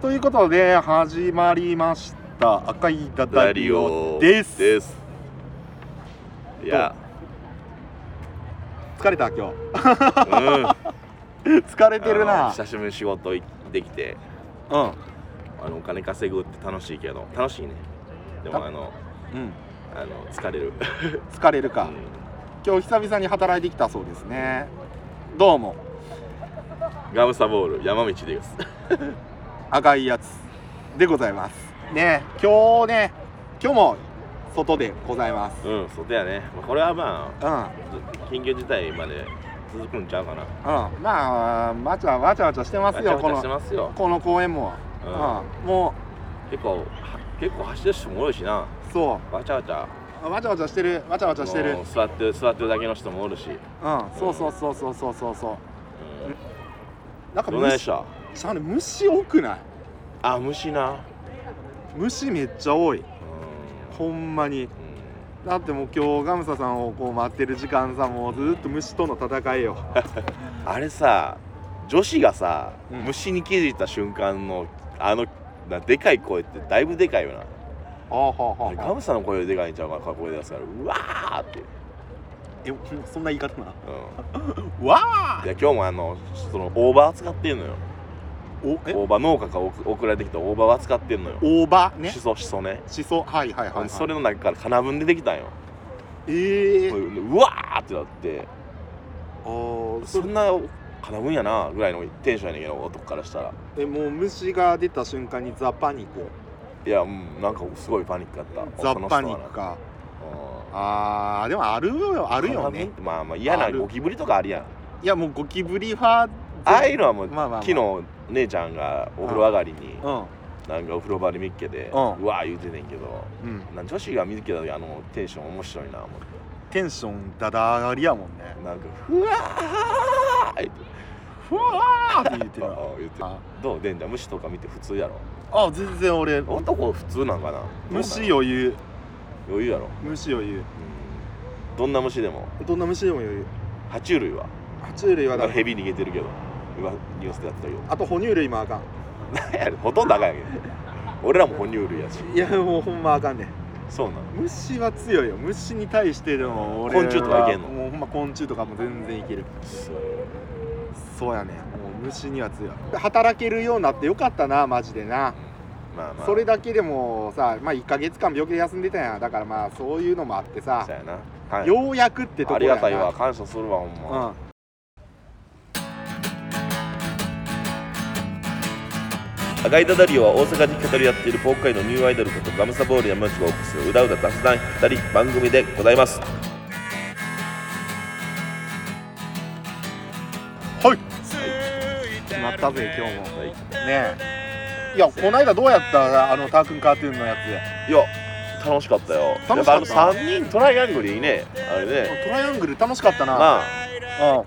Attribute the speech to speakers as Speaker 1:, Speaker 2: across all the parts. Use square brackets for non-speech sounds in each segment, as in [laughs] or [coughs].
Speaker 1: ということで始まりました赤いダダリオです
Speaker 2: ですいや、
Speaker 1: 疲れた今
Speaker 2: うん、疲
Speaker 1: 日 [laughs] 疲れてるな
Speaker 2: 久しぶりに仕事行ってきて
Speaker 1: うん
Speaker 2: あのお金稼ぐって楽しいけど楽しいねでも
Speaker 1: た
Speaker 2: あの
Speaker 1: うん
Speaker 2: あの疲れる
Speaker 1: 疲れる
Speaker 2: う
Speaker 1: か、
Speaker 2: ん
Speaker 1: 今日久々に働いてきたそうですねどうも
Speaker 2: ガムサボール山道
Speaker 1: [laughs]
Speaker 2: です
Speaker 1: 赤いやつでございますね今日ね今日も外でございます
Speaker 2: うんそうやね、まあ、これはま
Speaker 1: うんうん
Speaker 2: あず緊急事態まで続くんちゃうかな
Speaker 1: まあわちゃわちゃわちゃしてますよ
Speaker 2: わちゃ
Speaker 1: こ
Speaker 2: わちゃして
Speaker 1: の
Speaker 2: ますよ、
Speaker 1: この公園も、
Speaker 2: う
Speaker 1: うんんも
Speaker 2: 結構は結構走ってる人も多いしな
Speaker 1: うそ
Speaker 2: わちゃわちゃ
Speaker 1: うわちゃわちゃしてるわちゃわちゃしてる
Speaker 2: もう座ってる座ってるだけの人もおるし、
Speaker 1: うんそうそうそうそうそうそうそう
Speaker 2: うん
Speaker 1: なんか
Speaker 2: どないで
Speaker 1: 虫
Speaker 2: し
Speaker 1: ち
Speaker 2: た
Speaker 1: ゃうね虫多くない
Speaker 2: あ虫な
Speaker 1: 虫めっちゃ多い
Speaker 2: うん
Speaker 1: ほんまに
Speaker 2: う
Speaker 1: だってもう今日ガムサさんをこう待ってる時間さもうずっと虫との戦
Speaker 2: [laughs]
Speaker 1: いよ
Speaker 2: んあれさ女子がさ、
Speaker 1: うん
Speaker 2: 虫に気づいた瞬間のあのなでかい声ってだいぶでかいよな
Speaker 1: ああはあはあ
Speaker 2: あれガムさんの声よりでかいんちゃうかな声出すからうわーって、
Speaker 1: えそんな言い方な
Speaker 2: うん、
Speaker 1: わあ
Speaker 2: いや今日もあのその大葉扱ってんのよ
Speaker 1: おえ
Speaker 2: 大葉農家から送送られてきた大葉を扱ってんのよ
Speaker 1: 大葉ね
Speaker 2: しそしそね
Speaker 1: しそはいはいはい、はい、
Speaker 2: それの中から金分出てきたんよ
Speaker 1: ええー、
Speaker 2: うわーってなって
Speaker 1: あーそ
Speaker 2: そ
Speaker 1: れ
Speaker 2: んな金分やなぐらいのテンションやねんけど男からしたら
Speaker 1: えもう虫が出た瞬間にザ・パニック
Speaker 2: いやうんなんかすごいパニックだった
Speaker 1: ザ・
Speaker 2: その人
Speaker 1: パ
Speaker 2: はな
Speaker 1: ニックか
Speaker 2: うん
Speaker 1: あーでもあるよあるよね
Speaker 2: まあまあ嫌な
Speaker 1: ある
Speaker 2: ゴキブリとかあるやん
Speaker 1: いやもうゴキブリ派
Speaker 2: ああいうのはもう、
Speaker 1: まあまあまあ
Speaker 2: 昨日姉ちゃんがお風呂上がりに
Speaker 1: うん
Speaker 2: なんかお風呂場で見っけて、
Speaker 1: う
Speaker 2: うんわー言うてんねんけど
Speaker 1: うん、
Speaker 2: なん女子が見つけた時あのテンション面白いな思って
Speaker 1: テンションダダ上がりやもんね
Speaker 2: なんか「ふわー!」って
Speaker 1: ふわーって言ってる
Speaker 2: ああ言って
Speaker 1: あ
Speaker 2: どうでんじゃん虫とか見て普通やろ
Speaker 1: あ全然俺
Speaker 2: 男普通なんかな
Speaker 1: 虫
Speaker 2: よ
Speaker 1: 余裕
Speaker 2: 余裕やろ、
Speaker 1: 虫余裕
Speaker 2: うん、どんな虫でも
Speaker 1: どんな虫でも余裕
Speaker 2: 爬虫類は
Speaker 1: 爬虫類はだ
Speaker 2: ヘビ逃げてるけど今ニュースでやってたけど
Speaker 1: あと哺乳類もあかん
Speaker 2: 何やねんほとんどあかんやけど俺らも哺乳類やし
Speaker 1: いやもうほんまあかんねん
Speaker 2: そうなの
Speaker 1: 虫は強いよ虫に対してでも俺は
Speaker 2: 昆虫とかいけんの
Speaker 1: もうほんま昆虫とかも全然いけるそうやねもう虫には強い働けるようになってよかったなマジでな
Speaker 2: まあまあ
Speaker 1: それだけでもさまあ1か月間病気で休んでたやんだからまあそういうのもあってさ
Speaker 2: そうやな、はい、
Speaker 1: ようやくってとこ
Speaker 2: あり
Speaker 1: やな
Speaker 2: がたいわ感謝するわほんま、
Speaker 1: うん
Speaker 2: 赤いダダリオは大阪で語り合っているポーカイのニューアイドルことガムサボール山内がお送りするうだうだ雑談2人番組でございます
Speaker 1: はい決まったぜ今日も
Speaker 2: はいい
Speaker 1: ねえいやこないだどうやったあのタークンカートゥーンのや
Speaker 2: や楽しかったよ
Speaker 1: 楽しかった
Speaker 2: やっぱあの3人トライアングルいいねあれ
Speaker 1: つ
Speaker 2: ね
Speaker 1: トライアングル楽しかったな
Speaker 2: なあ
Speaker 1: うんもう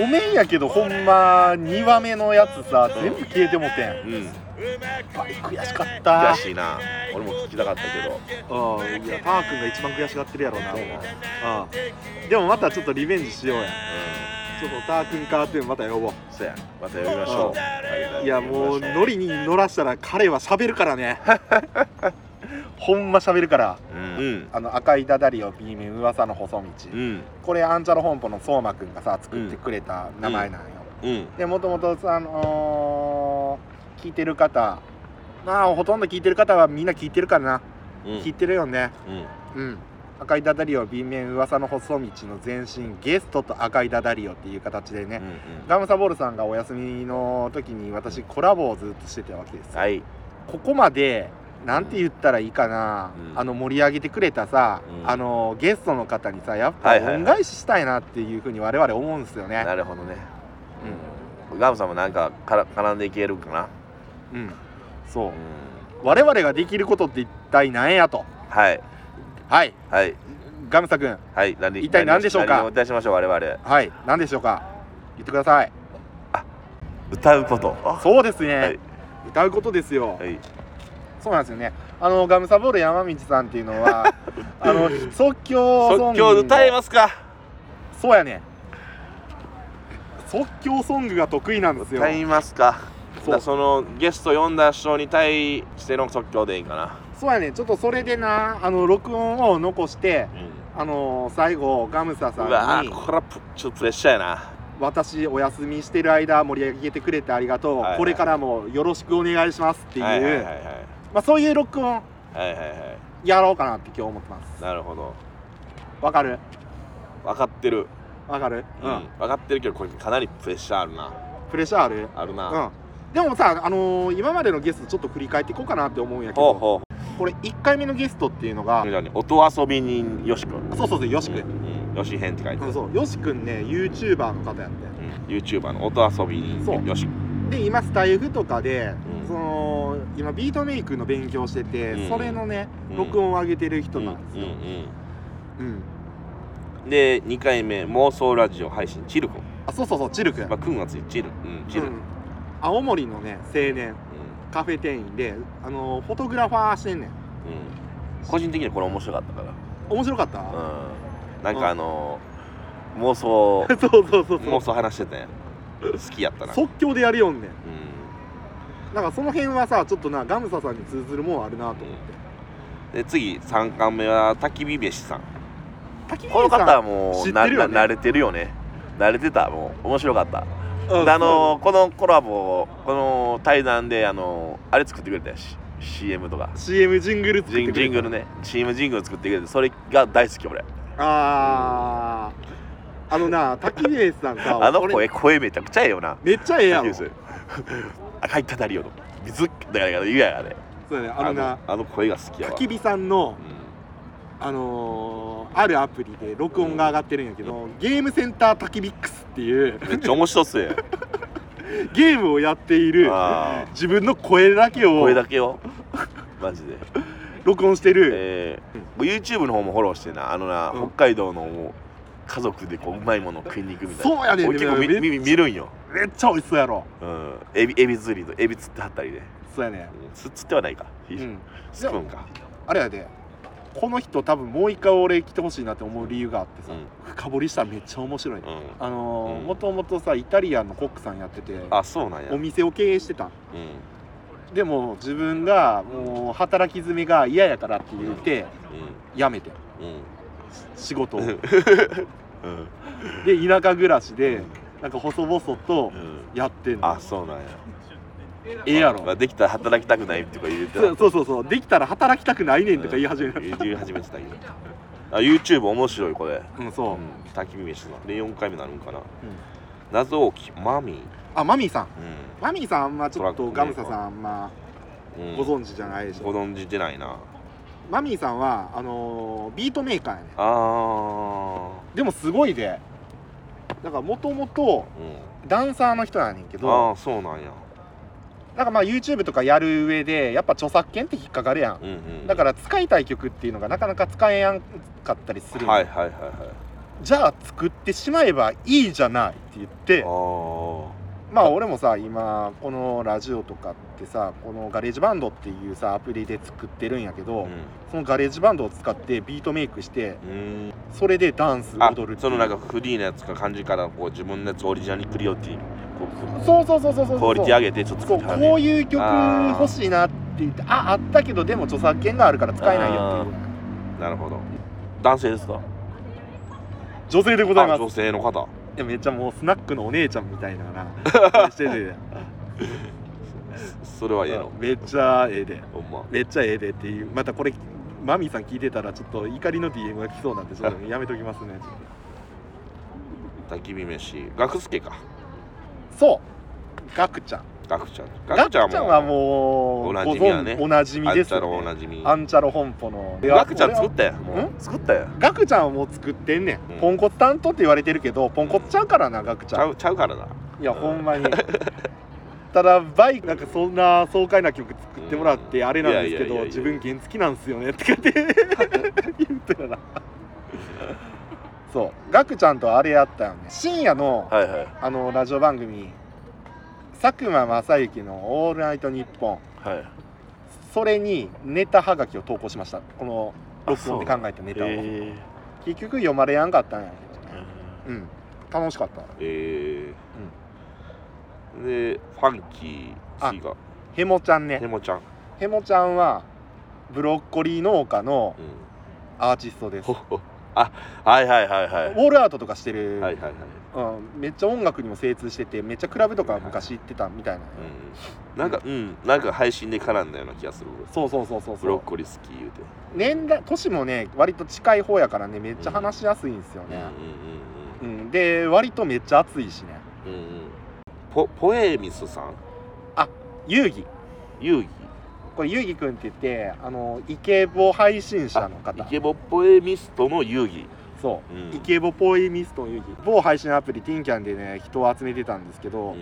Speaker 1: ごめんやけどほんま2話目のやつさ全部消えてもてん
Speaker 2: うん
Speaker 1: 悔しかっ
Speaker 2: 悔
Speaker 1: た
Speaker 2: しいな俺も聞きたかったけど
Speaker 1: うんいやパー君が一番悔しがってるやろうな
Speaker 2: そうな
Speaker 1: うんでもまたちょっとリベンジしようやちょっとタークンカートゥーンまた呼ぼう
Speaker 2: そうやまた呼びましょ
Speaker 1: うん
Speaker 2: うはい
Speaker 1: やもう
Speaker 2: 呼びましょ
Speaker 1: ノリに乗らしたら彼は喋るからね [laughs] ほんま喋るから
Speaker 2: うんうん
Speaker 1: あの赤いダダリオ B 面噂の細道
Speaker 2: うん
Speaker 1: これアンチャロ本舗の相馬くんがさ作ってくれた名前なんよ、
Speaker 2: うん
Speaker 1: でもともとあのー聞いてる方まあほとんど聞いてる方はみんな聞いてるからな、
Speaker 2: うん
Speaker 1: 聞いてるよね
Speaker 2: う
Speaker 1: う
Speaker 2: ん
Speaker 1: ん赤いダダリオ B 面噂の細道の前身ゲストと赤いダダリオっていう形でね、
Speaker 2: うん
Speaker 1: ガムサボールさんがお休みの時に私コラボをずっとしてたわけですよ
Speaker 2: はい
Speaker 1: ここまでなんて言ったらいいかな、
Speaker 2: うん
Speaker 1: あの盛り上げてくれたさ、
Speaker 2: うん
Speaker 1: あのゲストの方にさやっぱ
Speaker 2: はいはいはい
Speaker 1: 恩返ししたいなっていうふうに我々思うんですよね、
Speaker 2: なるほどねガムさんもなんかから絡んでいけるかな
Speaker 1: うん、うん、そう
Speaker 2: うん
Speaker 1: 我々ができることって一体何やと
Speaker 2: はい
Speaker 1: はい
Speaker 2: はい
Speaker 1: ガムサ君
Speaker 2: はい何
Speaker 1: 一体何でしょうか
Speaker 2: 何をいたしましょう我々
Speaker 1: はい何でしょうか言ってください
Speaker 2: 歌うことあ
Speaker 1: そうですね、
Speaker 2: はい
Speaker 1: 歌うことですよ、
Speaker 2: はい
Speaker 1: そうなんですよねあのガムサボール山道さんっていうの
Speaker 2: [laughs]
Speaker 1: はあの即興ソング
Speaker 2: 即興歌えますか
Speaker 1: そうやね即興ソングが得意なんですよ
Speaker 2: 歌いますかだからそのゲスト呼んだ人に対しての即興でいいかな、
Speaker 1: そうやねちょっとそれでなあの録音を残してあの最後ガムサ
Speaker 2: うわ
Speaker 1: さん
Speaker 2: ー
Speaker 1: に
Speaker 2: これはプちょっとプレッシャーやな
Speaker 1: 「私お休みしてる間盛り上げてくれてありがとう、
Speaker 2: はいはい
Speaker 1: これからもよろしくお願いします」っていう、
Speaker 2: はいはいはいはい
Speaker 1: まあ、そういう録音
Speaker 2: はいはいは
Speaker 1: やろうかなって今日思ってます
Speaker 2: いなるほど
Speaker 1: わかる
Speaker 2: 分かってる、
Speaker 1: わかる、
Speaker 2: うん分かってるけどこれかなりプレッシャーあるな
Speaker 1: プレッシャーある
Speaker 2: あるな、
Speaker 1: うんでもさ、あのー今までのゲストちょっと振り返っていこうかなって思うんやけ
Speaker 2: ほう
Speaker 1: ど
Speaker 2: ほう
Speaker 1: これ1回目のゲストっていうのが
Speaker 2: じゃあね音遊び人よしくん
Speaker 1: そうそうそうよしくん、
Speaker 2: んよし編って書いて
Speaker 1: う
Speaker 2: あ
Speaker 1: ん、
Speaker 2: る、
Speaker 1: そうよしくんね YouTuber の方やって
Speaker 2: うん、YouTuber の音遊び
Speaker 1: そ
Speaker 2: 人
Speaker 1: う
Speaker 2: よしく
Speaker 1: で今スタイフとかで、
Speaker 2: うん
Speaker 1: その今ビートメイクの勉強してて、
Speaker 2: うん
Speaker 1: それのね、
Speaker 2: うん
Speaker 1: 録音を上げてる人
Speaker 2: うんう
Speaker 1: なんですよ、
Speaker 2: ん
Speaker 1: うん
Speaker 2: うんで2回目妄想ラジオ配信チルコ
Speaker 1: あそうそうそうチルくん、
Speaker 2: まあくんはついチルうんチル、
Speaker 1: う
Speaker 2: うんん
Speaker 1: 青森のね青年カフェ店員で、あのーフォトグラファーしてんねん
Speaker 2: うん個人的にはこれ面白かったから
Speaker 1: 面白かった、
Speaker 2: うんなんかあのー妄
Speaker 1: [laughs]
Speaker 2: 想
Speaker 1: そうそうそうそ
Speaker 2: 妄
Speaker 1: う
Speaker 2: 想話してたやん好きやったな
Speaker 1: 即興でやりよんねん
Speaker 2: うん
Speaker 1: なんかその辺はさちょっとなガムサさんに通ずるもんあるなと思って
Speaker 2: で次3巻目は焚き火飯さん
Speaker 1: 滝
Speaker 2: この
Speaker 1: 峰さん
Speaker 2: 方はも
Speaker 1: 知
Speaker 2: う
Speaker 1: っ
Speaker 2: な
Speaker 1: てるよね
Speaker 2: な慣れてるよね慣れてたもう面白かった
Speaker 1: うん
Speaker 2: であのーこのコラボこの対談であのーあれ作ってくれたやし CM とか
Speaker 1: CM ジングル作ってくれ
Speaker 2: ジン
Speaker 1: た
Speaker 2: ジングルね CM ジングル作ってくれてそれが大好き俺
Speaker 1: あああのな [laughs] 滝峰さんさ
Speaker 2: あの
Speaker 1: 俺
Speaker 2: 声声めちゃくちゃええよな
Speaker 1: めっちゃええやんそ
Speaker 2: 滝口赤いたたりよと水だから言うやね
Speaker 1: うやねあのな
Speaker 2: あの声が好きやわ
Speaker 1: 焚き火さんの
Speaker 2: うん
Speaker 1: あのーあるアプリで録音が上がってるんやけど、ゲームセンター焚きビックスっていう
Speaker 2: めっちゃ面白っ
Speaker 1: [laughs]
Speaker 2: すね
Speaker 1: ゲームをやっている
Speaker 2: あー
Speaker 1: 自分の声だけを
Speaker 2: 声だけよマジで
Speaker 1: 録音してる、
Speaker 2: えー、YouTube の方もフォローしてなあのな、
Speaker 1: うん
Speaker 2: 北海道のもう家族でこううまいものを食いに行くみたいな
Speaker 1: そうやねん
Speaker 2: 俺
Speaker 1: で
Speaker 2: 結
Speaker 1: も
Speaker 2: 構み
Speaker 1: め
Speaker 2: 耳見るんよ、
Speaker 1: めっちゃ美味しそうやろ
Speaker 2: うん、エビエビ釣りとエビ釣ってはったりで、
Speaker 1: そうやね
Speaker 2: うんつ釣ってはないか、
Speaker 1: うん
Speaker 2: スプーンか
Speaker 1: あれやでこの人多分もう一回俺来てほしいなって思う理由があってさ、深掘りしたらめっちゃ面白い、ね
Speaker 2: うん、うん、
Speaker 1: あのー
Speaker 2: うん
Speaker 1: もともとさイタリアンのコックさんやってて
Speaker 2: あそうなんや
Speaker 1: お
Speaker 2: うん
Speaker 1: 店を経営してたんでも自分がもう働き詰めが嫌やからって言って辞めて仕事を
Speaker 2: うん
Speaker 1: で
Speaker 2: うん
Speaker 1: 田舎暮らし
Speaker 2: う
Speaker 1: で
Speaker 2: ん
Speaker 1: なんか細々と
Speaker 2: うん
Speaker 1: やってんの
Speaker 2: あそうなんや
Speaker 1: ええやろ
Speaker 2: まあ、できたら働きたくないとか言って
Speaker 1: そ
Speaker 2: た
Speaker 1: うそうそうそうできたら働きたくないねんとか言い始め
Speaker 2: う
Speaker 1: た
Speaker 2: ん言い始めてたけどあ YouTube 面白いこれ
Speaker 1: うんそう、
Speaker 2: うん、焚き火飯ので4回目になるんかな、謎をきマミー、
Speaker 1: あマミーさん
Speaker 2: う
Speaker 1: マミーさんあんまちょっと
Speaker 2: トラ
Speaker 1: ガ
Speaker 2: ック
Speaker 1: ム
Speaker 2: メーカー
Speaker 1: サさんあんま
Speaker 2: んうん
Speaker 1: ご存知じゃないでしょ、
Speaker 2: ご存じてないな
Speaker 1: マミーさんはあのービートメーカーやね
Speaker 2: あー
Speaker 1: でもすごいでだからもともと
Speaker 2: うん
Speaker 1: ダンサーの人やねんけ
Speaker 2: あ
Speaker 1: ど
Speaker 2: ーそうなんや
Speaker 1: なんかまあ YouTube とかやる上でやっぱ著作権って引っかかるやん
Speaker 2: うんうん
Speaker 1: だからら使いたい曲っていうのがなかなか使えやんかったりする、
Speaker 2: はいはいはいはい
Speaker 1: じゃあ作ってしまえばいいじゃないって言って
Speaker 2: あー
Speaker 1: まあ俺もさ今このラジオとかってさこのガレージバンドっていうさアプリで作ってるんやけど、そのガレージバンドを使ってビートメイクして
Speaker 2: うんうん
Speaker 1: それでダンス
Speaker 2: あ
Speaker 1: 踊るっていう
Speaker 2: そのなんかフリーなやつか感じからこう自分のやつオリジナルにクリオティこう
Speaker 1: そうそうそうそうそう
Speaker 2: クオリティ上げてちょっと
Speaker 1: そう
Speaker 2: 作って
Speaker 1: こう
Speaker 2: う
Speaker 1: いう曲欲しいなって言ってああったけどでも著作権があるから使えないよっていう
Speaker 2: なるほど男性ですか
Speaker 1: 女性でござい
Speaker 2: あ
Speaker 1: ま
Speaker 2: 女
Speaker 1: す
Speaker 2: 性の方
Speaker 1: いやめっちゃもうスナックのお姉ちゃんみたいな
Speaker 2: [laughs]
Speaker 1: なしてて
Speaker 2: それはええの
Speaker 1: めっちゃええで
Speaker 2: ほんま
Speaker 1: めっちゃええでっていうまたこれマミーさん聞いてたらちょっと怒りの DM が来そうなんでちょっ
Speaker 2: [laughs]
Speaker 1: とやめときますねちょっ
Speaker 2: 焚き火飯学助か
Speaker 1: とそうガクちゃん
Speaker 2: 学ちゃん
Speaker 1: ガクちゃんは
Speaker 2: う
Speaker 1: もう
Speaker 2: おな
Speaker 1: ご
Speaker 2: じみやね
Speaker 1: 存おなじみ
Speaker 2: あん
Speaker 1: です
Speaker 2: たらお
Speaker 1: よ
Speaker 2: な
Speaker 1: ね
Speaker 2: じみ
Speaker 1: アンチャロ本舗の
Speaker 2: ガクちゃん作
Speaker 1: 俺
Speaker 2: っ
Speaker 1: は
Speaker 2: たやんもう作ったやん
Speaker 1: ガクちゃんはもう作ってんねん、
Speaker 2: うん
Speaker 1: ポンコツ担当って言われてるけどポンコツちゃうからなガクち
Speaker 2: ち
Speaker 1: ゃん
Speaker 2: ゃうちゃうからない
Speaker 1: や
Speaker 2: うん
Speaker 1: ほんまにただバイクなんかそんな爽快な曲作ってもらって
Speaker 2: うん
Speaker 1: あれなんですけ
Speaker 2: いや
Speaker 1: ど
Speaker 2: いやいやいや
Speaker 1: 自分原付きなんすよねとかって [laughs] 言うてたなそうガクちゃんとあれやったよね深夜の
Speaker 2: はいはい
Speaker 1: あのラジオ番組佐久間正之の「オールナイトニッポン
Speaker 2: はい」
Speaker 1: それにネタはがきを投稿しましたこの録音で考えたネタを、
Speaker 2: え
Speaker 1: 結局読まれやんかったんやけどね
Speaker 2: ー
Speaker 1: うん楽しかった
Speaker 2: えーでファンキー
Speaker 1: あ
Speaker 2: 次が
Speaker 1: ヘモちゃん
Speaker 2: ヘ
Speaker 1: ね
Speaker 2: モちゃん、
Speaker 1: ヘモちゃんはブロッコリー農家の
Speaker 2: うん、 [laughs]
Speaker 1: アーティストです
Speaker 2: ほ
Speaker 1: ウ
Speaker 2: ほあはいはいはいはい
Speaker 1: ォールアートとかしてる、
Speaker 2: はいはいはい、
Speaker 1: うん、めっちゃ音楽にも精通しててめっちゃクラブとか昔行ってたみたいな、
Speaker 2: うん、なんかうんなんか配信で絡んだような気がする俺
Speaker 1: そうそうそうそう
Speaker 2: ブ
Speaker 1: そ
Speaker 2: ロッ
Speaker 1: う
Speaker 2: コリー好き言うて
Speaker 1: 年代年もね割と近い方やからねめっちゃ話しやすいんですよ
Speaker 2: うん
Speaker 1: ね、うん、で割とめっちゃ熱いしね
Speaker 2: うんうんうんうんポポエミスさん
Speaker 1: 遊戯
Speaker 2: 遊戯
Speaker 1: これ遊戯くんって言ってあのイケボ配信者の
Speaker 2: イ
Speaker 1: 方
Speaker 2: ケボポエミストの遊戯、
Speaker 1: そうう、
Speaker 2: ん
Speaker 1: イケボポエミストの遊戯某配信アプリティンキャンでね人を集めてたんですけ
Speaker 2: う
Speaker 1: ど、
Speaker 2: ん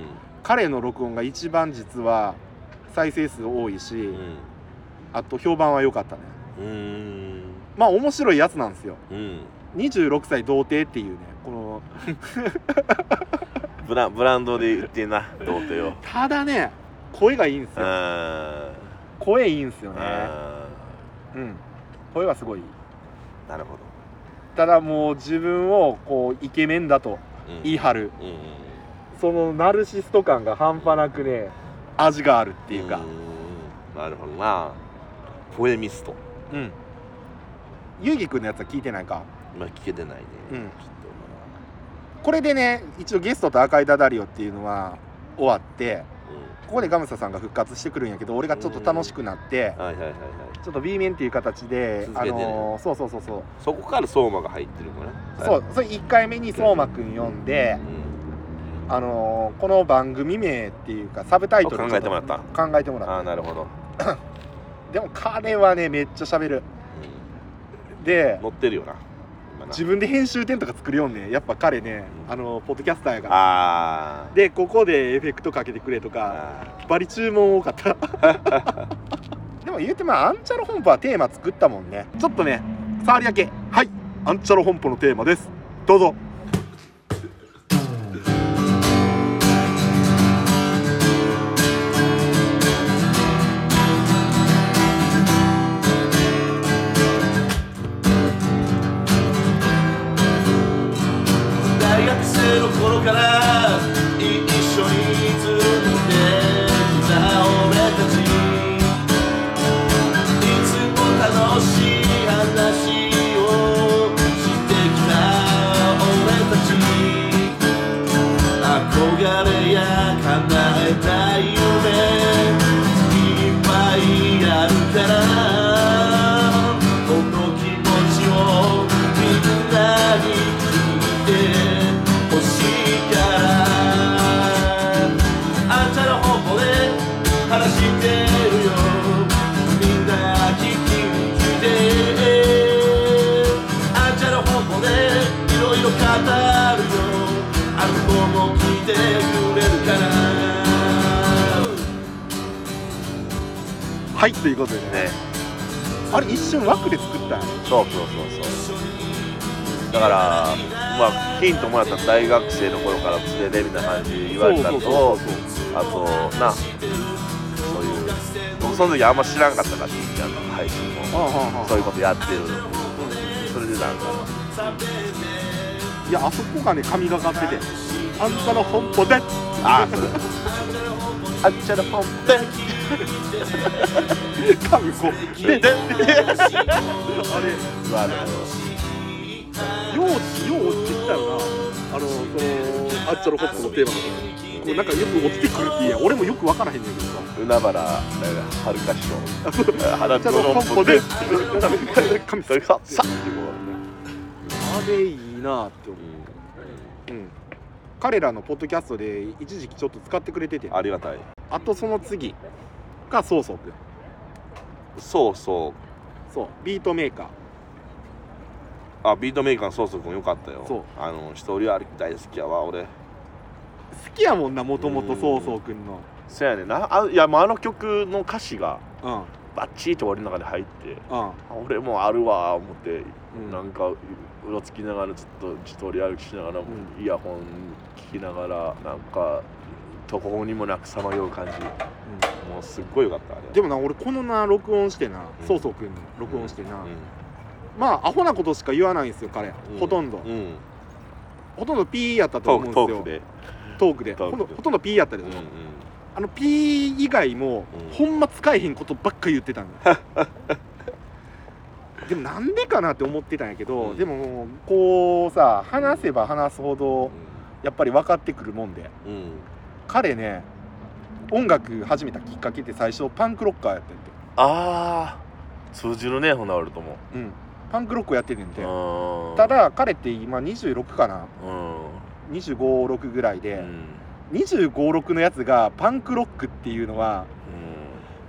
Speaker 1: 彼の録音が一番実は再生数多いし、
Speaker 2: うん
Speaker 1: あと評判は良かったね
Speaker 2: うん
Speaker 1: まあ面白いやつなんですよ
Speaker 2: うん
Speaker 1: 26歳童貞っていうねこの
Speaker 2: ブラブランドで売ってんな童貞を
Speaker 1: ただ [laughs] ね声がいいんですよ
Speaker 2: あ
Speaker 1: 声いいんですよ
Speaker 2: ー
Speaker 1: ね
Speaker 2: あ
Speaker 1: うん声はすごいいい
Speaker 2: ーなるほど、
Speaker 1: ただもう自分をこうイケメンだと
Speaker 2: うん
Speaker 1: 言い張る
Speaker 2: うんうんっ
Speaker 1: そのナルシスト感が半端なくね味があるっていうか
Speaker 2: なるほどなポエミスト
Speaker 1: うんゆうぎくんのやつは聞いてないか
Speaker 2: 今聞けてないね、
Speaker 1: うん
Speaker 2: ちょっと
Speaker 1: これでね一応ゲストと赤いダダリオっていうのは終わってここでガムサさんが復活してくるんやけど俺がちょっと楽しくなって
Speaker 2: まあうん、はいはいはいはい
Speaker 1: ちょっと B 面っていう形で
Speaker 2: 続
Speaker 1: あ
Speaker 2: けてね
Speaker 1: のーそうそうそうそう
Speaker 2: そこから相馬が入ってるのね
Speaker 1: そうそれ1回目に相馬くん読んで
Speaker 2: うん、
Speaker 1: あのーこの番組名っていうかサブタイトル
Speaker 2: あ考えてもらった
Speaker 1: 考えても
Speaker 2: あ
Speaker 1: ら
Speaker 2: あ
Speaker 1: っ
Speaker 2: なるほど、
Speaker 1: たでも彼はねめっちゃ喋るで
Speaker 2: うん、乗ってるよな今な
Speaker 1: 自分で編集点とか作るよんねやっぱ彼ね
Speaker 2: うん
Speaker 1: あのポッドキャスターやから
Speaker 2: あー
Speaker 1: でここでエフェクトかけてくれとか
Speaker 2: あ
Speaker 1: バリ注文多かった [laughs] でも言うてまあアンチャロ本舗はテーマ作ったもんねちょっとね触りだけはいアンチャロ本舗のテーマですどうぞ
Speaker 3: 大学生の頃から一緒につるんでいた俺たちいつも楽しい話をしてきた俺たち憧れや叶えたい夢いっぱいあるからこの気持ちをみんなに聞いてほしいからあんたの方向で話してるよみんな聞きに来てあんたの方向でいろいろ語るよあの子も聞いてくれるから
Speaker 1: はいということで
Speaker 2: ー
Speaker 1: ね
Speaker 2: ね
Speaker 1: あれ一瞬枠で作ったんや
Speaker 2: そうそうそうそうだからまあヒントもらったら大学生の頃から連れでみたいな感じで言われたのとあとなそういう僕その時あんま知らんかったからしんちゃんの配信
Speaker 1: う
Speaker 2: も
Speaker 1: んうんうん
Speaker 2: そういうことやってるのそれでなんか
Speaker 1: いやあそこがね神がかっててあんたの本舗で
Speaker 2: ああそれあっちゃら
Speaker 1: [laughs]
Speaker 2: ポンペ
Speaker 1: 神こうでであれ
Speaker 2: ンある
Speaker 1: ようよう落ちてきたよなあのそのあっちゃのホップのテーマのこうなんかよく落ちてくるっていや俺もよくわからへんねんけどさ
Speaker 2: 海原だからはるか師匠
Speaker 1: あ
Speaker 2: 原
Speaker 1: っちゃのホップで [laughs] 神
Speaker 2: [laughs] それがさってこ
Speaker 1: あれいいなって思う、う
Speaker 2: う、
Speaker 1: ん、彼らのポッドキャストで一時期ちょっと使ってくれてて
Speaker 2: [laughs] うん、ありがたい
Speaker 1: あとその次がそうそうくん
Speaker 2: そうそう
Speaker 1: そうビートメーカー
Speaker 2: あビートメーカーのソース君よかったよ
Speaker 1: そう
Speaker 2: あの一人歩き大好きやわ俺
Speaker 1: 好きやもんなもともとそうそうくんの
Speaker 2: そやねんなあいやもうあの曲の歌詞が
Speaker 1: うんうん
Speaker 2: バッチリと俺の中で入って
Speaker 1: うん
Speaker 2: あ俺もあるわ思って、
Speaker 1: うん
Speaker 2: なんかうろつきながらずっと一人歩きしながら、
Speaker 1: ん
Speaker 2: イヤホン聞きながらなんか途方にもなくさまよう感じもうすっごいよかったあれ
Speaker 1: でもな俺このな録音してな、
Speaker 2: うん
Speaker 1: そうそうくんの録音してな、
Speaker 2: うん
Speaker 1: まあアホなことしか言わないんですよ彼、
Speaker 2: う
Speaker 1: ほとんど、
Speaker 2: うん、
Speaker 1: ほとんどピーやったと
Speaker 2: ト
Speaker 1: 思う
Speaker 2: ー
Speaker 1: ん
Speaker 2: ク
Speaker 1: ですよ
Speaker 2: トークで
Speaker 1: トークで
Speaker 2: トー
Speaker 1: ほとん
Speaker 2: クで
Speaker 1: どほとんどピーやったで
Speaker 2: う
Speaker 1: し
Speaker 2: ん
Speaker 1: ょ、
Speaker 2: うん
Speaker 1: あの P 以外も、
Speaker 2: うん
Speaker 1: ほんま使えへんことばっか言ってたんだ [laughs] でもなんでかなって思ってたんやけど、
Speaker 2: うん
Speaker 1: でもこうさ話せば話すほどやっぱり分かってくるもんで
Speaker 2: うんうん
Speaker 1: 彼ね音楽始めたきっかけって最初パンクロッカーやってんて、
Speaker 2: ああ通じるねほな俺とも
Speaker 1: うん、パンクロックをやっててんて
Speaker 2: うん
Speaker 1: ただ彼って今26かな
Speaker 2: うん
Speaker 1: 256ぐらいうで、
Speaker 2: ん
Speaker 1: 256のやつがパンクロックっていうのは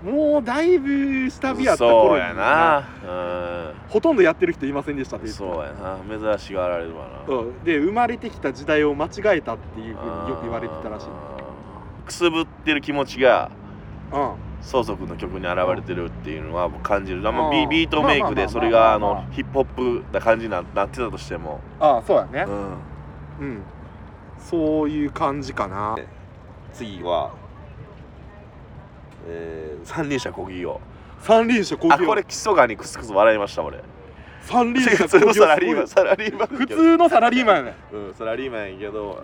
Speaker 1: もうだいぶ下
Speaker 2: うん
Speaker 1: 火やった
Speaker 2: そ
Speaker 1: 頃
Speaker 2: う
Speaker 1: に
Speaker 2: やなうん
Speaker 1: ほとんどやってる人いませんでしたって言ってた
Speaker 2: そうやな珍しがられるわな
Speaker 1: うんで生まれてきた時代を間違えたっていうふうによく言われてたらしい
Speaker 2: くすぶってる気持ちが
Speaker 1: うん
Speaker 2: 相続の曲に現れてるっていうのは僕感じるあんま
Speaker 1: う
Speaker 2: ビ
Speaker 1: ん
Speaker 2: ビートメイクでそれがあ
Speaker 1: まあまあまあ
Speaker 2: の
Speaker 1: まあ
Speaker 2: ヒップホップな感じにななってたとしても
Speaker 1: ああそうやね
Speaker 2: う
Speaker 1: う
Speaker 2: ん
Speaker 1: ん、そういう感じかな
Speaker 2: 次はえー三輪車こぎよ
Speaker 1: 三輪車こ
Speaker 2: あこれ基礎がにクスクス笑いました俺
Speaker 1: 三輪車
Speaker 2: 普
Speaker 1: 工業
Speaker 2: 通 [laughs] のサラリーマンサラリーマン
Speaker 1: 普通のサラリーマンやね
Speaker 2: うんサラリーマンやけど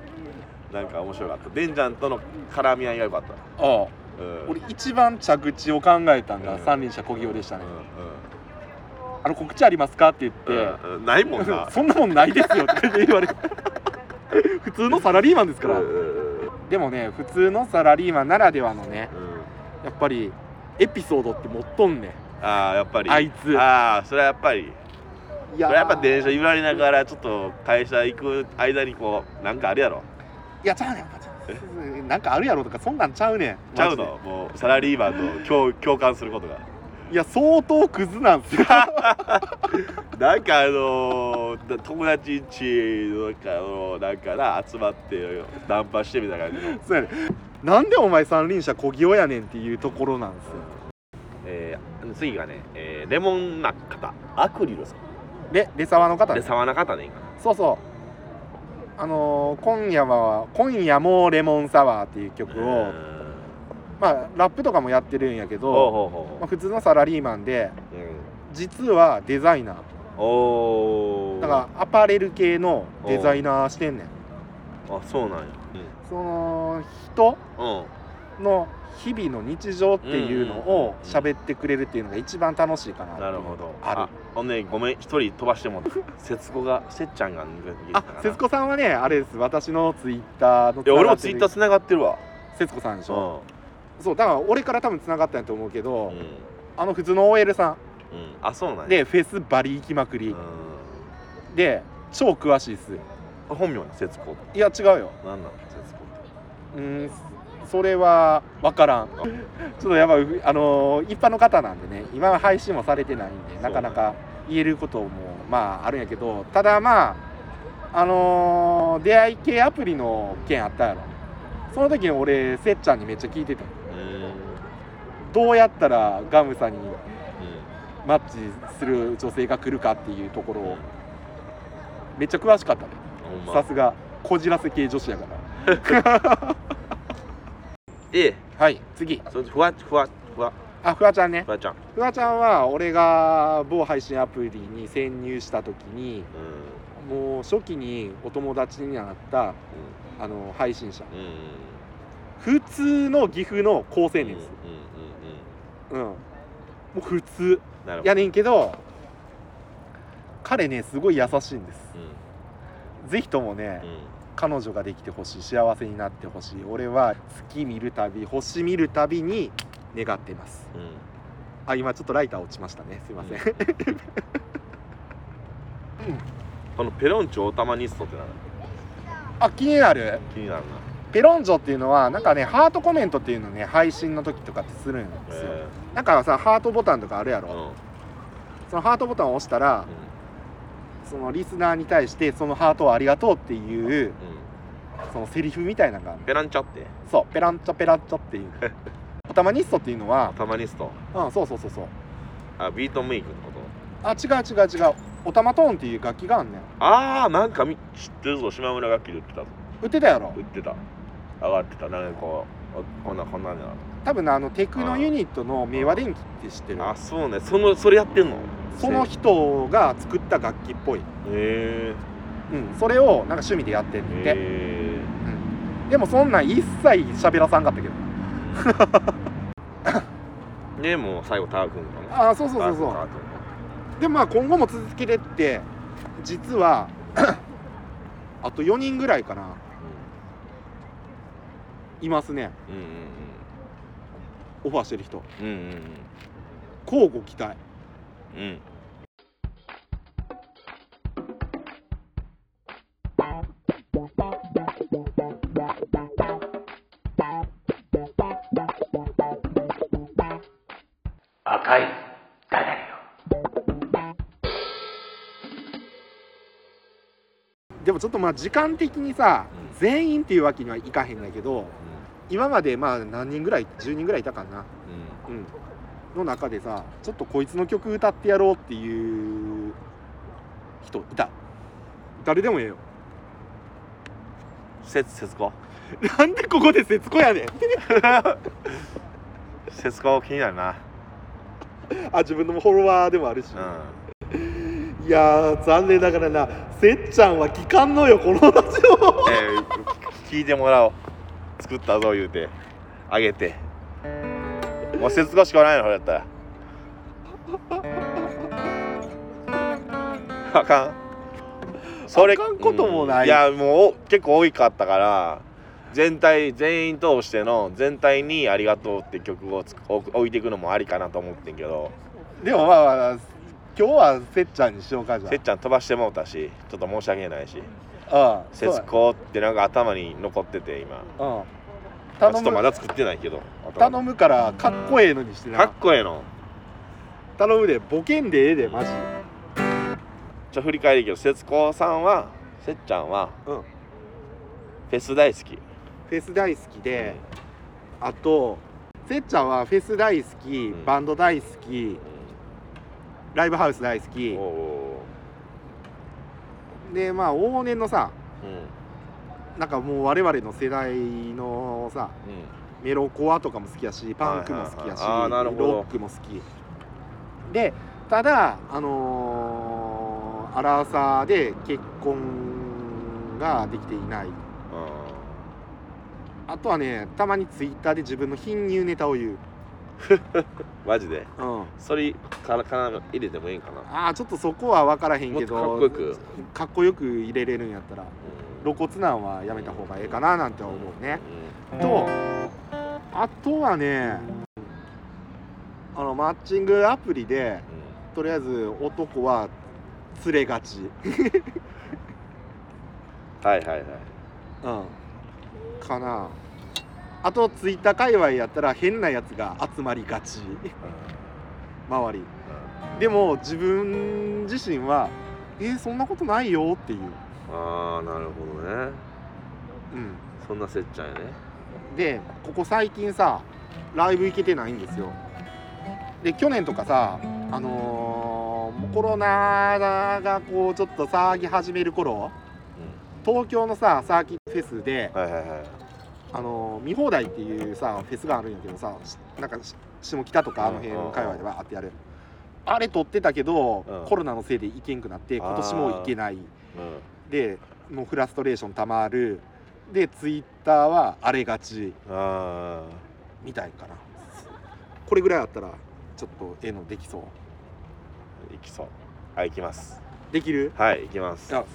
Speaker 2: なんか面白かったデンジャンとの絡み合いが良かった
Speaker 1: ああ
Speaker 2: うん
Speaker 1: 俺一番着地を考えたん
Speaker 2: う
Speaker 1: が
Speaker 2: ん
Speaker 1: 三輪車こぎようでしたね、
Speaker 2: う
Speaker 1: あの告知ありますかって言って、
Speaker 2: んうんうんないもんな
Speaker 1: [laughs] そんなもんないですよって言われて [laughs] 普通のサラリーマンですから、
Speaker 2: うんうんうん
Speaker 1: でもね普通のサラリーマンならではのね
Speaker 2: うん
Speaker 1: やっぱりエピソードって持っとんね
Speaker 2: ああやっぱり
Speaker 1: あいつ
Speaker 2: ああそれはやっぱ
Speaker 1: ん
Speaker 2: り
Speaker 1: い
Speaker 2: そ
Speaker 1: や
Speaker 2: れはやっぱ電車揺られながらちょっと会社行く間にこうなんかあるやろ
Speaker 1: いやちゃうねんおばちゃんなんかあるやろとかそんなんちゃうねん
Speaker 2: ちゃう
Speaker 1: マ
Speaker 2: のもうサラリーマンと
Speaker 1: [laughs]
Speaker 2: 共共感することが
Speaker 1: ジでいや相当クズなんすよ
Speaker 2: なんかあのー、だ友達んちのなんかあのなんかな集まってナンパしてみたいな感じの、
Speaker 1: そうやねんなんでお前三輪車こぎおやねんっていうところなんですよ
Speaker 2: えー、次がね、えーレモンな方アクリルさん
Speaker 1: でレサワの方
Speaker 2: で
Speaker 1: ね
Speaker 2: 沢な方ね今
Speaker 1: そうそうあのー今夜は「今夜もレモンサワー」っていう曲
Speaker 2: う
Speaker 1: を
Speaker 2: ん
Speaker 1: まあラップとかもやってるんやけ
Speaker 2: ほ
Speaker 1: ど、
Speaker 2: うほう
Speaker 1: まあ、
Speaker 2: ほ
Speaker 1: 普通のサラリーマンで
Speaker 2: う、う
Speaker 1: 実はデザイナー
Speaker 2: ん、おお
Speaker 1: だからアパレル系のデザイナーしてんねん
Speaker 2: あそうなんや
Speaker 1: その人
Speaker 2: うん
Speaker 1: の日々の日常っていうのを喋ってくれるっていうのが一番楽しいかな
Speaker 2: なるほど
Speaker 1: ある
Speaker 2: ほんでごめん一人飛ばしても節子がせっちゃんが抜けてた
Speaker 1: あ
Speaker 2: かな
Speaker 1: 節子さんはねあれです私のツイッターの
Speaker 2: いや俺もツイッター繋がってるわ
Speaker 1: 節子さんでし
Speaker 2: う
Speaker 1: ょそうだから俺から多分つながったんやと思うけど、
Speaker 2: んうん、
Speaker 1: あの普通の OL さ
Speaker 2: うん、あそうなん
Speaker 1: ん
Speaker 2: や
Speaker 1: でフェスバリ行きまく
Speaker 2: う
Speaker 1: り
Speaker 2: ん、
Speaker 1: で超詳しいっす
Speaker 2: 本名は節子って
Speaker 1: いや違うよ
Speaker 2: 何なの節子っ
Speaker 1: う
Speaker 2: て
Speaker 1: ーんそれは分からんちょっとやばいあのー一般の方なんでね今は配信もされてないんで
Speaker 2: そう
Speaker 1: なかなか言えることもまああるんやけどただまああのー出会い系アプリの件あったやろその時に俺せっちゃんにめっちゃ聞いてて
Speaker 2: うーん
Speaker 1: どうやったらガムさんにマッチする女性が来るかっていうところ
Speaker 2: うん
Speaker 1: をめっちゃ詳しかったね
Speaker 2: ほん
Speaker 1: さ
Speaker 2: ます
Speaker 1: がこじらせ系女子やから [laughs]
Speaker 2: で
Speaker 1: はい次
Speaker 2: それでふわふわふわ
Speaker 1: あフワちゃんね
Speaker 2: ふわちゃん
Speaker 1: フワちゃんは俺が某配信アプリに潜入した時に
Speaker 2: うん
Speaker 1: もう初期にお友達になったあの配信者
Speaker 2: うんうん
Speaker 1: 普通の岐阜の高青
Speaker 2: うん
Speaker 1: 年
Speaker 2: うんうん
Speaker 1: です、うんもう普通
Speaker 2: うんなるほど
Speaker 1: やねんけど彼ねすごい優しいんです
Speaker 2: うん
Speaker 1: ぜひともね、
Speaker 2: うん
Speaker 1: 彼女ができてほしい幸せになってほしい俺は月見るたび星見るたびに願ってます
Speaker 2: うん
Speaker 1: あ今ちょっとライター落ちましたねすいません、
Speaker 2: このペロンチョオタマニストってな
Speaker 1: [laughs] あ気になる
Speaker 2: 気になるな
Speaker 1: ペロンジョっていうのはなんかねハートコメントっていうのね配信の時とかってするんですよ、
Speaker 2: え
Speaker 1: なんかさハートボタンとかあるや
Speaker 2: ー
Speaker 1: ろ、
Speaker 2: うん
Speaker 1: そのハートボタンを押したらそのリスナーに対してそのハートをありがとうっていう
Speaker 2: うんうん
Speaker 1: そのセリフみたいなのがある
Speaker 2: ペランチョって
Speaker 1: そうペランチョペランチョって
Speaker 2: [laughs]
Speaker 1: いうオタマニストっていうのは
Speaker 2: オ、タマニスト
Speaker 1: うん、そうそうそうそう
Speaker 2: あビートメイクってこと
Speaker 1: あ違う違う違うオタマトーンっていう楽器があんねん
Speaker 2: ああなんかみ知ってるぞ島村楽器で売ってた
Speaker 1: 売ってたやろ
Speaker 2: 売ってた上がってたなんかこうあこんなこんなんや
Speaker 1: 多分ねあのテクノユニットの明和電機って知ってる
Speaker 2: あそうねそのそれやってんの
Speaker 1: その
Speaker 2: へ
Speaker 1: 人が作った楽器っぽい、
Speaker 2: え
Speaker 1: うん、それをなんか趣味でやってんねんて、
Speaker 2: へえ
Speaker 1: でもそんなん一切喋らさんかったけど
Speaker 2: でもう最後ターくんがね
Speaker 1: ああそうそうそう
Speaker 2: タ
Speaker 1: そ
Speaker 2: ー君
Speaker 1: うでまあ今後も続けてって実は [coughs] あと4人ぐらいかないますね
Speaker 2: ター君うん
Speaker 1: オファーしてる人
Speaker 2: うんうんうん
Speaker 1: 交互期待
Speaker 2: うんうん
Speaker 3: 赤いダダリオ
Speaker 1: でもちょっとまあ時間的にさ
Speaker 2: う
Speaker 1: 全員っていうわけにはいかへんだけど今までまあ何人ぐらい10人ぐらいいたかなうんの中でさちょっとこいつの曲歌ってやろうっていう人いた誰でもええよ
Speaker 2: せつせつこ
Speaker 1: [laughs] なんでここで節子やねん
Speaker 2: せつこ気になるな
Speaker 1: あ自分のフォロワーでもあるし、
Speaker 2: う
Speaker 1: いやー残念ながらなせっちゃんは聞かんのよこのラジオ
Speaker 2: んえー聞いてもらおう作ったぞ言うてあげてもうせつこしかないのこれやったら [laughs] あかん
Speaker 1: あかんこともない
Speaker 2: うんいやもう結構多いかったから全体全員通しての全体に「ありがとう」って曲をつ置置いていくのもありかなと思ってんけど
Speaker 1: でもまあまあ今日はせっちゃんにしようかじゃ
Speaker 2: せっちゃん飛ばしてもうたしちょっと申し訳ないし
Speaker 1: あ
Speaker 2: 「
Speaker 1: うん
Speaker 2: 節子」ってなんか頭に残ってて今
Speaker 1: うん
Speaker 2: ちょ
Speaker 1: 頼
Speaker 2: っとま
Speaker 1: む
Speaker 2: だ作ってないけど
Speaker 1: 頼むからかっこええのにして
Speaker 2: かっ
Speaker 1: な
Speaker 2: こええの
Speaker 1: 頼むでボケんでええでマジ
Speaker 2: ちょ振り返るけど節子さんはせっちゃんは
Speaker 1: うん
Speaker 2: フェス大好き、
Speaker 1: フェス大好きで、あとせっちゃんはフェス大好き、
Speaker 2: ん
Speaker 1: バンド大好きライブハウス大好
Speaker 2: うん
Speaker 1: き
Speaker 2: おお
Speaker 1: でまあ往年のさ
Speaker 2: ーうん
Speaker 1: なんかもう我々の世代のさメロコアとかも好きやしパンクも好きやし、
Speaker 2: はいはいはいあーなるほど
Speaker 1: ロックも好きでただあのーアラーサーで結婚ができていない
Speaker 2: うん
Speaker 1: あとはねたまにツイッターで自分の貧乳ネタを言う、
Speaker 2: うんマジで
Speaker 1: うん、
Speaker 2: それからから入れてもいいんかな
Speaker 1: ああちょっとそこは分からへん
Speaker 2: もっ
Speaker 1: け
Speaker 2: と
Speaker 1: ど
Speaker 2: かっこよく、
Speaker 1: かっこよく入れれるんやったら露骨なんはやめた方がええかななんて思うね、とあとはねあのマッチングアプリで
Speaker 2: うんうん
Speaker 1: とりあえず男は連れがち、
Speaker 2: はいはいはい
Speaker 1: うん、かなあとツイッター界隈やったら変なやつが集まりがち周りでも自分自身は「えそんなことないよ」っていう、
Speaker 2: ああなるほどね
Speaker 1: うん、
Speaker 2: そんなせっちゃんやね
Speaker 1: でここ最近さライブ行けてないんですよで去年とかさあのーもうコロナがこうちょっと騒ぎ始める頃東京のさサーキットフェスで、
Speaker 2: はいはいはい
Speaker 1: あのー見放題っていうさフェスがあるんやけどさしなんかし下北とかあの辺の界隈ではあってやるあれ撮ってたけど、
Speaker 2: うん
Speaker 1: コロナのせいで行けんくなって今年も行けない
Speaker 2: うん
Speaker 1: でもうフラストレーションたまるでツイッターは荒れがち
Speaker 2: あ
Speaker 1: みたいかなこれぐらいあったらちょっと絵のできそう
Speaker 2: あいきそうはい行きます
Speaker 1: できる
Speaker 2: はい行きます
Speaker 1: あよし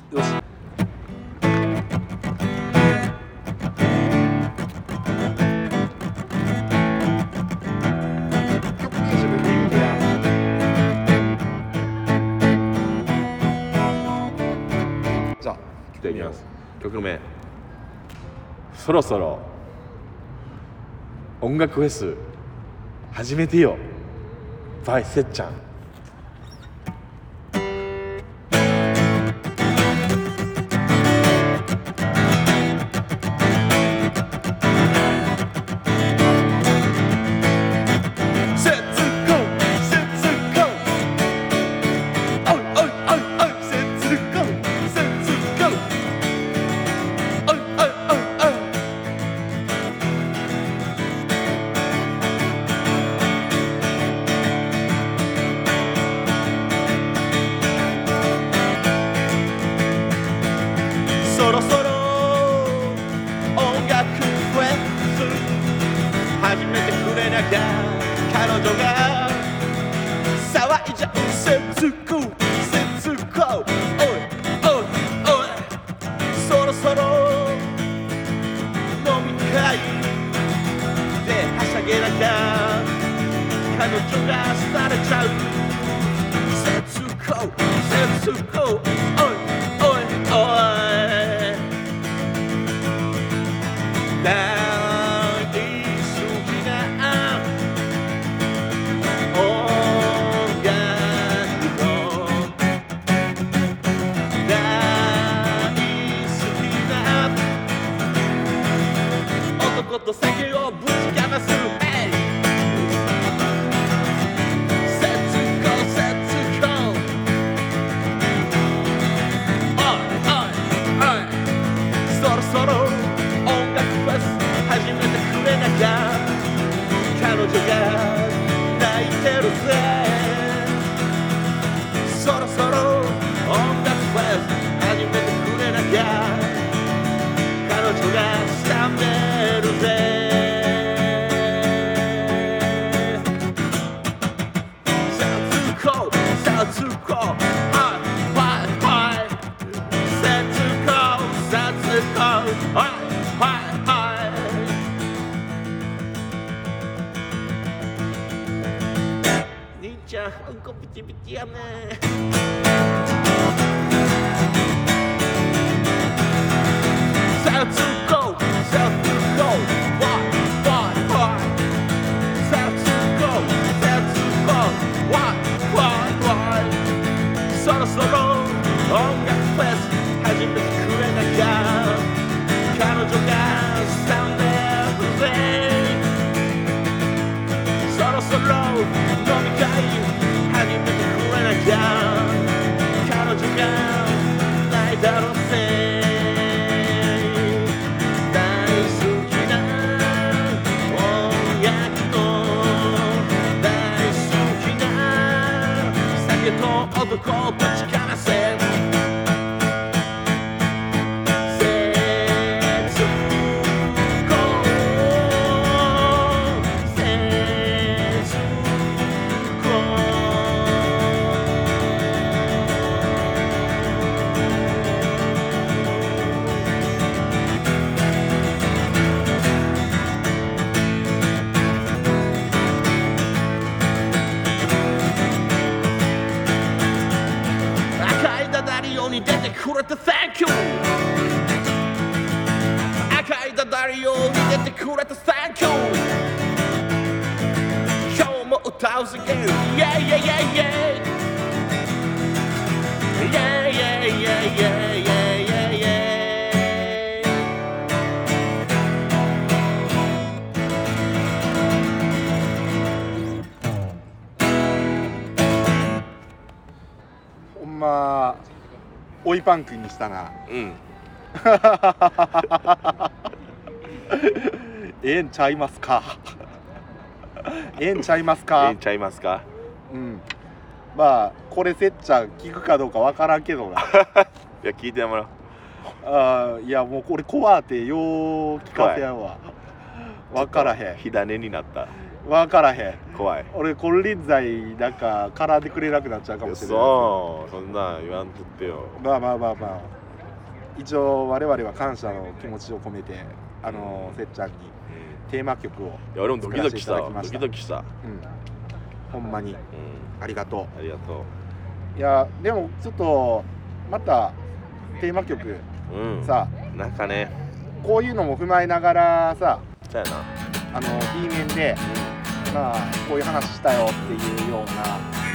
Speaker 1: 自分で言うてやじゃあ
Speaker 2: 来ていきます曲名そろそろ音楽フェス始めてよバイせっちゃん
Speaker 3: せつこせつこおいおいおいおいせつこせつこおいおいおいおいそろそろ音楽フェス始め
Speaker 2: が騒いじゃうせつこせつこおいおいおいそろそろ飲み会ではしゃげなきゃ彼女が廃れちゃうせつこせつこおいおいおい大好きな音楽を大好きな男と酒をぶちかます節子節子おいおいおいそろそろ音楽フェス始めてくれなきゃ彼女が泣いてるぜそろそろ音楽フェス始めてくれなきゃ彼女が冷めるぜさあ通行さあ通行はいはいはい「せつこうせつこう」「はいはいはい」「兄ちゃんうんこピチピチやね」「さつこうさつこう」「わいわいわい」「さつこうさつこう」「わいわいわい」そろそろ音楽フェス始めてくれなきゃ彼女がスタンデーぜそろそろ飲み会始めてくれなきゃ彼女がないだろうぜ大好きな音楽と大好きな酒と男と力せ節子節子赤いダダリオに出てくれて Thank you 赤いダダリオに出てくれて Thank you 今日も歌うぜ Yeah yeah yeah yeah Yeah yeah yeah yeah yeah yeah yeah
Speaker 1: ほんま追いパンクにしたな
Speaker 4: うん
Speaker 1: ええんちゃいますか [laughs] ええんちゃいます
Speaker 4: え
Speaker 1: か
Speaker 4: えんちゃいますか
Speaker 1: うんまあこれせっちゃん聞くかどうかわからんけどな
Speaker 4: いや聞いてもらおう
Speaker 1: あーいやもうこれ怖ってよう聞かせやんわわからへ
Speaker 4: 火種になった
Speaker 1: んわからへん
Speaker 4: 怖い
Speaker 1: 俺金輪際なんか絡んでくれなくなっちゃうかもしれない
Speaker 4: そうそんなん言わんとってよ
Speaker 1: まあまあまあまあ一応我々は感謝の気持ちを込めてあのせっちゃんに
Speaker 4: うん
Speaker 1: テーマ曲を、
Speaker 4: いや俺もドキドキしたわ
Speaker 1: 作ら
Speaker 4: ド
Speaker 1: せ
Speaker 4: キ
Speaker 1: ていただきました
Speaker 4: ドキした
Speaker 1: うん、ほんまに
Speaker 4: う
Speaker 1: ありがと
Speaker 4: んありがと
Speaker 1: ういやでもちょっとまたテーマ曲
Speaker 4: ううん
Speaker 1: さ
Speaker 4: なんかね
Speaker 1: こういうのも踏まえながらさ
Speaker 4: そうやな
Speaker 1: あの B 面でまあこういう話したよっていうような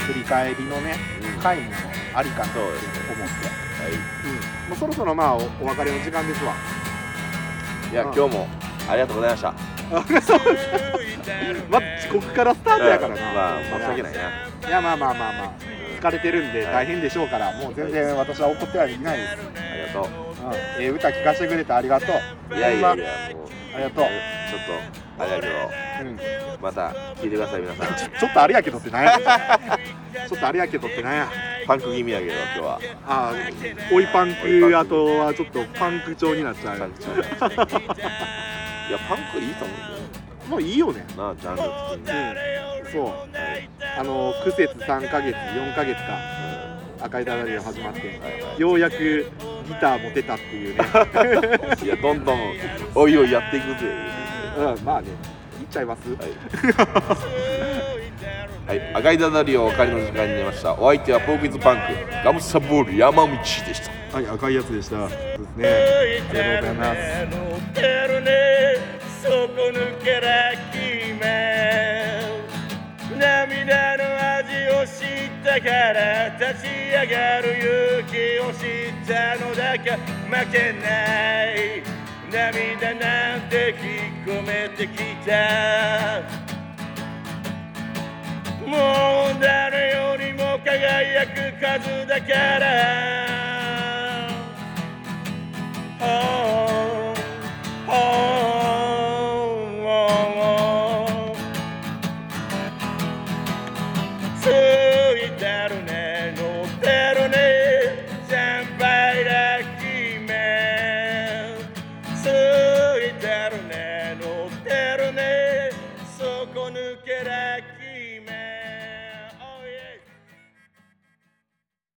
Speaker 1: 振り返りのね
Speaker 4: うん
Speaker 1: 回もありかなって
Speaker 4: そ
Speaker 1: 思
Speaker 4: う
Speaker 1: っ
Speaker 4: で
Speaker 1: て
Speaker 4: すね
Speaker 1: うんもうそろそろまあおお別れの時間です [laughs] わ
Speaker 4: いや
Speaker 1: うん
Speaker 4: 今日もありがとうございました
Speaker 1: まあ遅刻からスタートやからな、
Speaker 4: まあ申し訳ないない
Speaker 1: やまあまあまあまあ疲れてるんで大変でしょうから、もう全然私は怒ってはいないです、うん
Speaker 4: ありがと
Speaker 1: ええ歌聞かせてくれてありがとう
Speaker 4: ういやいやい
Speaker 1: ほ
Speaker 4: や
Speaker 1: んま
Speaker 4: もう
Speaker 1: ありが
Speaker 4: ちょ
Speaker 1: とう、
Speaker 4: っとあれやけど
Speaker 1: うん、ち
Speaker 4: また聞いてください皆さん
Speaker 1: ょっとあれやけどってなんや [laughs] ちょっとあれやけどってなんや
Speaker 4: パンク気味やけど今日は
Speaker 1: ああ追いパン
Speaker 4: 追い
Speaker 1: ク
Speaker 4: パ
Speaker 1: あ
Speaker 4: ンク
Speaker 1: とはちょっとパンク調になっちゃ
Speaker 4: パン
Speaker 1: う
Speaker 4: クちゃんいやパンクいいと思う
Speaker 1: もういいよね
Speaker 4: けどなジャンル的に
Speaker 1: うんそうあの苦節3ヶ月4ヶ月か赤いダダリが始まってようやくギター持てたっていう [laughs] ね、
Speaker 2: いやどんどんおいおいやっていくぜ、
Speaker 1: うん、まあね切っちゃいます
Speaker 2: はい、はい、赤いダダリをお別れの時間になりましたお相手はポークイズパンクガムサボール山道でした
Speaker 1: はい赤いやつでしたそうですねありがとうございます
Speaker 5: 乗ってるねそこ抜けな君涙の味を知ったから立ち上がる勇気を知ったのだか負けない涙なんて引っ込めてきたもう誰よりも輝く数だから「Oh, oh, oh, oh」「ついてるね乗ってるね先輩だ君」「ついてるね乗ってるねそこ抜けだ君」